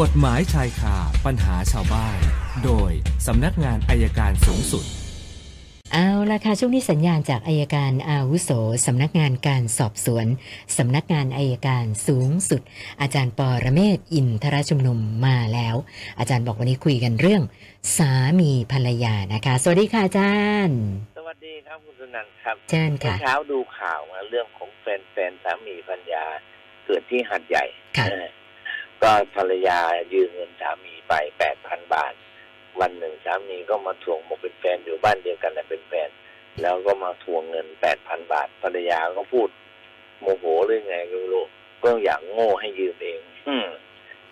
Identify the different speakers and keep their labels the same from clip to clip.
Speaker 1: กฎหมายชายคาปัญหาชาวบ้าน โดยสำนักงานอายการสูงสุด
Speaker 2: เอาละค่ะช่วงนี้สัญญาณจากอายการอาวุโสสำนักงานการสอบสวนสำนักงานอายการสูงสุด อาจารย์ปอระเมศวร์อินทรชุมนุมมาแล้ว อาจารย์บอกวันนี้คุยกันเรื่อง สามีภรรยานะคะ สวัสดีค่ะอาจารย์
Speaker 3: สวัสดีครับคุณสุนันท์ครับ
Speaker 2: เชิญ
Speaker 3: เมื่อ
Speaker 2: ค่ะ
Speaker 3: เช้าดูข่าวนะเรื่องของแฟนแฟนสามีภรรยาเกิดที่หัดใหญ่
Speaker 2: ค่ะ
Speaker 3: เออก็ภรรยายืมเงินสามีไปแปดพันบาท วันหนึ่งสามีก็มาทวงบอกเป็นแฟนอยู่บ้านเดียวกันแต่เป็นแฟน แล้วก็มาทวงเงินแปดพันบาท ภรรยาก็พูด โมโหหรือไงก็ไม่รู้ก็อยากโง่ให้ยืมเอง อืม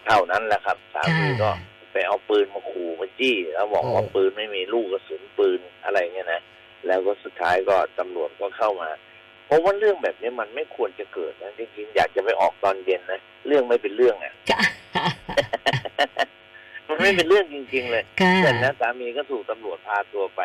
Speaker 3: เท่านั้นแหละครับ สามีก็
Speaker 2: ค่ะ
Speaker 3: ไปเอาปืนมาขู่มาจี้แล้วบอกว่า
Speaker 2: โอ้
Speaker 3: ปืนไม่มีลูกกระสุนปืนอะไรเงี้ยนะแล้วก็สุดท้ายก็ตำรวจก็เข้ามาเพราะว่าเรื่องแบบนี้มันไม่ควรจะเกิดนะจริงๆอยากจะไปออกตอนเย็นนะเรื่องไม่เป็นเรื่องอ่ะ มันไม่เป็นเรื่องจริง ๆ เลย
Speaker 2: ค่ะ
Speaker 3: เสร็จแล้วสามีก็ถูกตำรวจพาตัวไป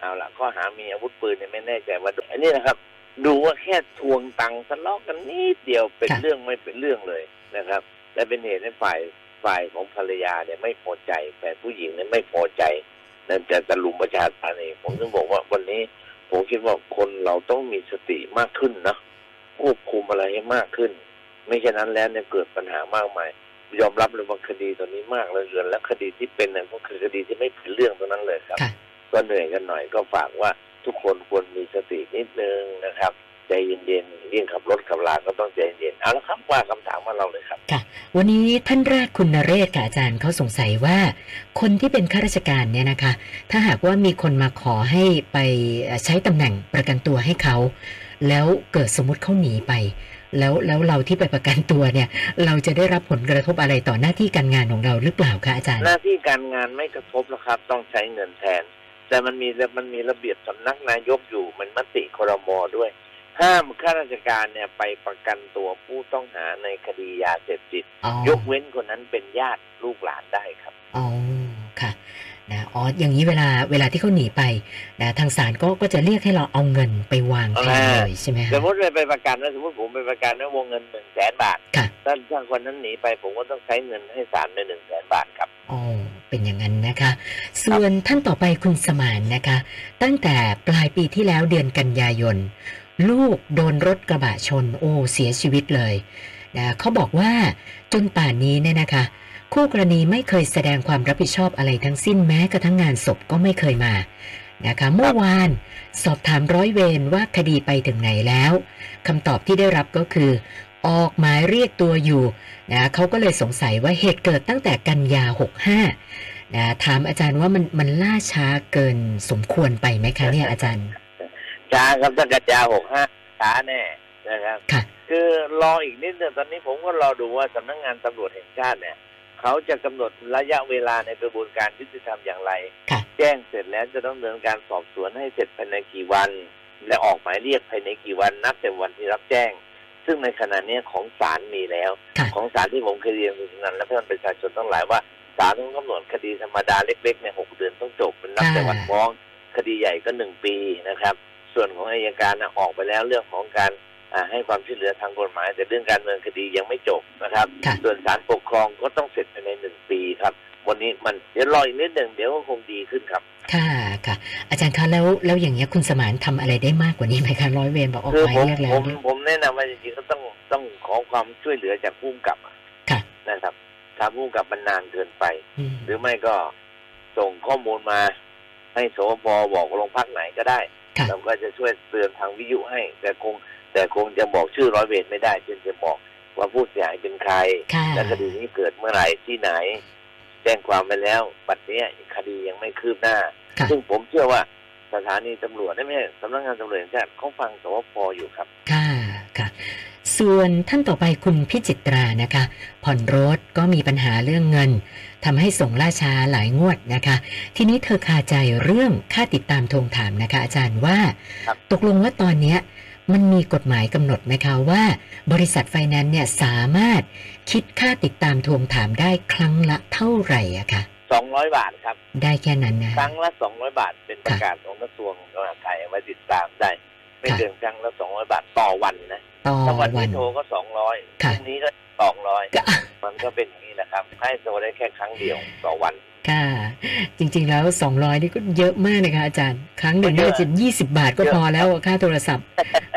Speaker 3: เอาละข้อหามีอาวุธปืนเนี่ยไม่แน่ใจว่าอันนี้นะครับ ดูว่าแค่ทวงตังค์ทะเลาะกันนิดเดียวเป็นเรื่องไม่เป็นเรื่องเลยนะครับ และเป็นเหตุให้ฝ่ายฝ่ายของภรรยาเนี่ยไม่พอใจแฟนผู้หญิงเนี่ยไม่พอใจนั่นจะตะลุมประชาธานเองผมถึงบอกว่าวันนี้ ผมคิดว่าคนเราต้องมีสติมากขึ้นนะควบคุมอะไรให้มากขึ้น ไม่เช่นนั้นแล้วเนี่ยเกิดปัญหามากมาย ยอมรับเลยว่าคดีตอนนี้มากเหลยเกินและคดีที่เป็นเนี่ยก็คือคดีที่ไม่เป็นเรื่องตรงนั้นเลยครับ
Speaker 2: ค่ะ
Speaker 3: ก็เหนื่อยกันหน่อยก็ฝากว่าทุกคนควรมีสตินิดนึงนะครับ ใจเย็นๆยิ่งขับรถขับลาก็ต้องใจเย็นเอาละครับว่าคำถามมาเราเลยครับ
Speaker 2: วันนี้ท่านแรกคุณนเรศกับอาจารย์เขาสงสัยว่า คนที่เป็นข้าราชการเนี่ยนะคะ ถ้าหากว่ามีคนมาขอให้ไปเอ่อใช้ตำแหน่งประกันตัวให้เขา แล้วเกิดสมมติเขาหนีไป แล้วแล้วเราที่ไปประกันตัวเนี่ย เราจะได้รับผลกระทบอะไรต่อหน้าที่การงานของเราหรือเปล่าคะอาจารย์
Speaker 3: หน้าที่การงานไม่กระทบแล้วครับ ต้องใช้เงินแทน แต่มันมีมันมีระเบียบสำนักนายกอยู่มันมติครมด้วย ห้ามข้าราชการเนี่ยไปประกันตัวผู้ต้องหาในคดียาเสพติด
Speaker 2: อ๋อย
Speaker 3: กเว้นคนนั้นเป็นญาติลูกหลานได้ครับ
Speaker 2: อ๋อค่ะนะอ๋ออย่างนี้เวลาเวลาที่เขาหนีไปนะทางศาลก็ก็จะเรียกให้เราเอาเงินไปวางแทนเลยใช่ไหม
Speaker 3: ส
Speaker 2: คะ
Speaker 3: มมติเลยไปประกันนะสมมติผมไปประกันนะวงเงินหนึ่งแสนบาท
Speaker 2: ค่ะ
Speaker 3: ถ้าถ้าคนนั้นหนีไปผมก็ต้องใช้เงินให้ศาลในหนึ่งแสนบาทครับ
Speaker 2: อ๋อ เป็นอย่างนั้นนะคะ ส่วนท่านต่อไปคุณสมานนะคะ ตั้งแต่ปลายปีที่แล้วเดือนกันยายน ลูกโดนรถกระบะชน โอ้เสียชีวิตเลยนะเขาบอกว่าจนป่านนี้เนี่ยนะคะ คู่กรณีไม่เคยแสดงความรับผิดชอบอะไรทั้งสิ้นแม้กระทั่งงานศพก็ไม่เคยมานะคะ เมื่อวานสอบถามร้อยเวรว่าคดีไปถึงไหนแล้วคำตอบที่ได้รับก็คือ ออกหมายเรียกตัวอยู่ นะเขาก็เลยสงสัยว่าเหตุเกิดตั้งแต่กันยา 65นะถามอาจารย์ว่ามันมันล่าช้าเกินสมควรไปไหม คะเนี่ยอาจารย์
Speaker 3: จ้าครับถ้ากระจาหกห้าช้าแน่นะครับ
Speaker 2: ค่ะ
Speaker 3: คือรออีกนิดเดียวตอนนี้ผมก็รอดูว่าสำนักงานตำรวจแห่งชาติเนี่ย เขาจะกำหนดระยะเวลาในกระบวนการยุติธรรมอย่างไร
Speaker 2: ค่ะ
Speaker 3: แจ้งเสร็จแล้วจะต้องดำเนินการสอบสวนให้เสร็จภายในกี่วัน และออกหมายเรียกภายในกี่วันนับแต่วันที่รับแจ้ง ซึ่งในขณะเนี้ยของศาลมีแล้ว
Speaker 2: ค่ะ
Speaker 3: ของศาลที่ผมเคยเรียนคุณนันท์และเพื่อนประชาชนทั้งหลายว่าศาลต้องกำหนดคดีธรรมดาเล็กๆในยหกเดือนต้องจบเป็นนับแต่วันฟ้อง คดีใหญ่ก็หนึ่งปีนะครับ ส่วนของอายการนะออกไปแล้วเรื่องของการอ่าให้ความช่วยเหลือทางกฎหมาย แต่เรื่องการดำเนินคดียังไม่จบนะครับ
Speaker 2: ค่ะ
Speaker 3: ส่วนศาลปกครองก็ต้องเสร็จภายในหนึ่งปีครับ วันนี้มันเดี๋ยวรออีกนิดหนึ่งเดี๋ยวก็คงดีขึ้นครับ
Speaker 2: ค่ะค่ะ อาจารย์คะแล้วแล้วอย่างเงี้ยคุณสมานทำอะไรได้มากกว่านี้ไหมคะร้อยเวรบอกออก
Speaker 3: คือ
Speaker 2: หมาย
Speaker 3: ผม
Speaker 2: เรียกแล้
Speaker 3: ผ
Speaker 2: ว
Speaker 3: ม
Speaker 2: เนี่ย
Speaker 3: ผมแนะนำว่าจริงๆก็ต้องต้องขอความช่วยเหลือจากผู้กำกับอะ
Speaker 2: ค่ะ
Speaker 3: นะครับทางผู้กำกับมันนานเกินไป
Speaker 2: อืม
Speaker 3: หรือไม่ก็ส่งข้อมูลมา ให้สวบบอกโรงพักไหนก็ได้
Speaker 2: ค่ะ
Speaker 3: เราก็จะช่วยเตือนทางวิทยุให้ แต่คง แต่คงจะบอกชื่อร้อยเวรไม่ได้เพียงจะบอกว่าผู้เสียหายเป็นใคร
Speaker 2: ค่ะ
Speaker 3: และคดีนี้เกิดเมื่อไหร่ที่ไหน แจ้งความไปแล้วบัดเนี้ยคดียังไม่คืบหน้า
Speaker 2: ค่ะ
Speaker 3: ซึ่งผมเชื่อว่าสถานีตำรวจไม่ใช่สำนักงานตำรวจแห่งชาติเขาฟังสวพอยู่ครับ
Speaker 2: ค่ะค่ะ ส่วนท่านต่อไปคุณพิจิตรานะคะ ผ่อนรถก็มีปัญหาเรื่องเงินทำให้ส่งล่าช้าหลายงวดนะคะ ทีนี้เธอคาใจเรื่องค่าติดตามทวงถามนะคะ อาจารย์ว่า
Speaker 3: ครับ
Speaker 2: ตกลงว่าตอนเนี้ยมันมีกฎหมายกำหนดไหมคะว่า บริษัทไฟแนนซ์เนี่ยสามารถคิดค่าติดตามทวงถามได้ครั้งละเท่าไหร่อะคะ
Speaker 3: สองร้อยบาทครับ
Speaker 2: ได้แค่นั้นนะ
Speaker 3: ครั้งละสองร้อยบาทเป็นประกาศของกระทรวงมหาดไทยไว้ติดตามได้ ไม่
Speaker 2: ค่ะ
Speaker 3: เกินครั้งละสองร้อยบาทต่อวันนะ
Speaker 2: ต่อ
Speaker 3: ถ้าวัน
Speaker 2: วั
Speaker 3: นี้
Speaker 2: น
Speaker 3: โทรก็สองร้อย
Speaker 2: ค่ะ
Speaker 3: พรุ่งนี้ก็สองร้อย
Speaker 2: ก็
Speaker 3: มันก็เป็นอย่างนี้นะครับให้โทรได้แค่ครั้งเดียวต่อวัน
Speaker 2: ค่ะ จริงๆแล้ว 200 นี่ก็เยอะมากนะคะอาจารย์ ครั้งหนึ่งน่าจะ20 บาทก็พอแล้วอะค่าโทร ศัพท์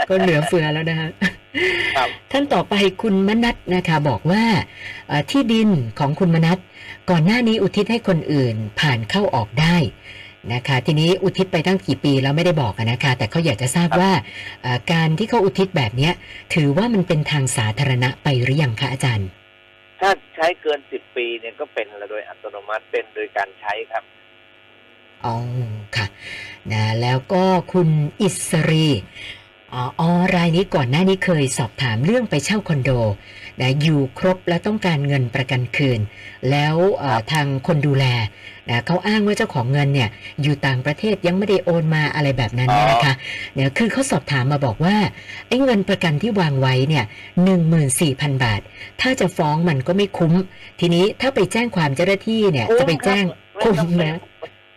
Speaker 2: ก็เหลือเฟือแล้วนะคะ
Speaker 3: ครับ
Speaker 2: ท่านต่อไปคุณมนัทนะคะบอกว่าเอ่อที่ดินของคุณมนัทก่อนหน้านี้อุทิศให้คนอื่นผ่านเข้าออกได้นะคะ ทีนี้อุทิศไปตั้งกี่ปีแล้วไม่ได้บอกอะนะคะ แต่เขาอยากจะทราบว่าเอ่อการที่เขาอุทิศแบบเนี้ย ถือว่ามันเป็นทางสาธารณะไปหรือยังคะอาจารย์
Speaker 3: ถ้าใช้เกินสิบปีเนี่ยก็เป็นละโดยอัตโนมัติเป็นโดยการใช้ครับ
Speaker 2: อ๋อค่ะนะแล้วก็คุณอิสรีอ๋อออรายนี้ก่อนหน้านี้เคยสอบถามเรื่องไปเช่าคอนโดนะอยู่ครบแล้วต้องการเงินประกันคืน แล้วเอ่อทางคนดูแลนะเขาอ้างว่าเจ้าของเงินเนี่ยอยู่ต่างประเทศยังไม่ได้โอนมาอะไรแบบนั้นเนี่ยนะคะเนี่ยคือเขาสอบถามมาบอกว่าไอ้เงินประกันที่วางไว้เนี่ยหนึ่งหมื่นสี่พันบาท ถ้าจะฟ้องมันก็ไม่คุ้ม ทีนี้ถ้าไปแจ้งความเจ้าหน้าที่เนี่ยจะไปแจ้งคุ้มนะ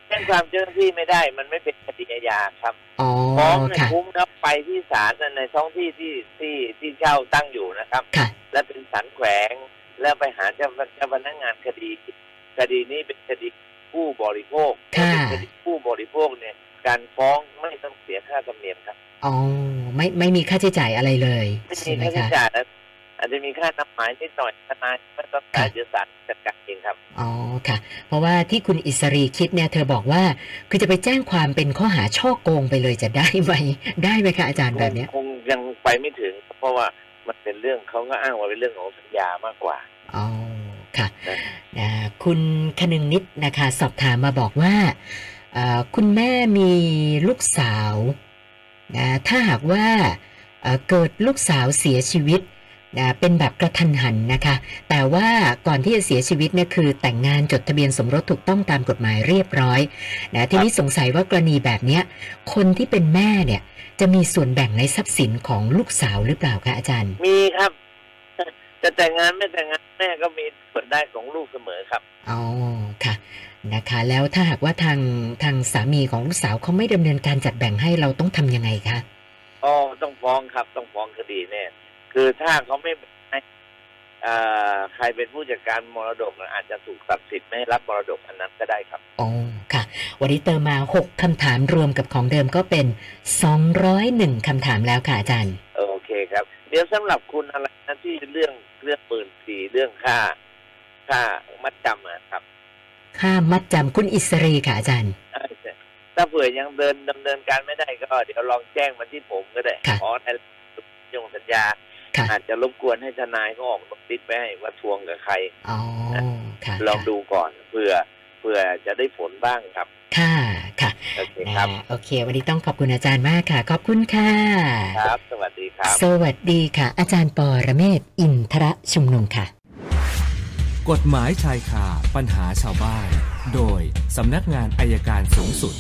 Speaker 3: แจ้งความเจ้าหน้าที่ไม่ได้ มันไม่เป็นคดีอาญาครับ
Speaker 2: อ๋อ
Speaker 3: ฟ้องเนี่ย
Speaker 2: ค่ะ
Speaker 3: คุ้มครับไปที่ศาลในท้องที่ที่ที่ที่เช่าตั้งอยู่นะครับ
Speaker 2: ค่ะ
Speaker 3: และเป็นศาลแขวง แล้วไปหาเจ้าเจ้าพนักงานคดี คดีนี้เป็นคดีผู้บริโภค
Speaker 2: ค่ะ
Speaker 3: ถ้าเป็นคดีผู้บริโภคเนี่ย การฟ้องไม่ต้องเสียค่าธรรมเนียมครับ
Speaker 2: อ๋อ ไม่ไม่มีค่าใช้จ่ายอะไรเลย
Speaker 3: ไม่มี
Speaker 2: ใช่ไหม
Speaker 3: ค่าใช้
Speaker 2: คะ
Speaker 3: จ่ายนะอาจจะมีค่าน้ำหมายนิดหน่อยทนายไม่ต้องจ่ายเดี๋ยวศาลจัดการเองครับ
Speaker 2: อ๋อค่ะ เพราะว่าที่คุณอิสรีคิดเนี่ยเธอบอกว่า คือจะไปแจ้งความเป็นข้อหาช่อโกงไปเลยจะได้ไหม ได้ไหมคะอาจารย์แบบเนี้ย
Speaker 3: คงยังไปไม่ถึง เพราะว่ามันเป็นเรื่องเขาก็อ้างว่าเป็นเรื่องของสัญญามากกว่า
Speaker 2: อ๋อค่ะอ่าคุณคนึงนิดนะคะ สอบถามมาบอกว่าเอ่อคุณแม่มีลูกสาวนะถ้าหากว่าเอ่อเกิดลูกสาวเสียชีวิต นะเป็นแบบกระทันหันนะคะ แต่ว่าก่อนที่จะเสียชีวิตเนี่ยคือแต่งงานจดทะเบียนสมรสถูกต้องตามกฎหมายเรียบร้อยนะทีนี้สงสัยว่ากรณีแบบเนี้ยคนที่เป็นแม่เนี่ยจะมีส่วนแบ่งในทรัพย์สินของลูกสาวหรือเปล่าคะอาจารย์
Speaker 3: มีครับ จะแต่งงานไม่แต่งงานแม่ก็มีส่วนได้ของลูกเสมอครับ
Speaker 2: อ๋อค่ะนะคะ แล้วถ้าหากว่าทางทางสามีของลูกสาวเขาไม่ดำเนินการจัดแบ่งให้เราต้องทำยังไงคะ
Speaker 3: อ๋อต้องฟ้องครับ ต้องฟ้องคดีแน่คือถ้าเขาไม่ให้เอ่อใครเป็นผู้จัดการมรดกอาจจะถูกตัดสิทธิ์ไม่ให้รับมรดกอันนั้นก็ได้ครับ
Speaker 2: อ๋อค่ะ วันนี้เติมมา 6คำถามรวมกับของเดิมก็เป็น 201คำถามแล้วค่ะอาจารย์
Speaker 3: เออโอเคครับ เดี๋ยวสำหรับคุณอะไรนะที่เรื่องเรื่องปืนสีเรื่องค่า ค่ามัดจำอะครับ
Speaker 2: ค่ามัดจำคุณอิสรีค่ะอาจารย์
Speaker 3: ถ้าเผื่อยังเดินดำเนินการไม่ได้ก็เดี๋ยวลองแจ้งมาที่ผมก็ได้
Speaker 2: ค่ะ
Speaker 3: ขอในยงสัญญา
Speaker 2: ค่ะ
Speaker 3: อาจจะรบกวนให้ทนายเขาออกนติดไปให้ว่าทวงกับใคร
Speaker 2: อ๋อค่ะ
Speaker 3: ลองดูก่อนเผื่อเผื่อจะได้ผลบ้างครับ
Speaker 2: ค่ะค่ะ
Speaker 3: โอเค
Speaker 2: นะครับ โอเค วันนี้ต้องขอบคุณอาจารย์มากค่ะ ขอบคุณค่ะ
Speaker 3: ครับ สวัสดีครับ
Speaker 2: สวัสดีค่ะ อาจารย์ปอระเมศวร์อินทรชุมนุมค่ะ
Speaker 1: กฎหมายชายคาปัญหาชาวบ้าน โดยสำนักงานอายการสูงสุด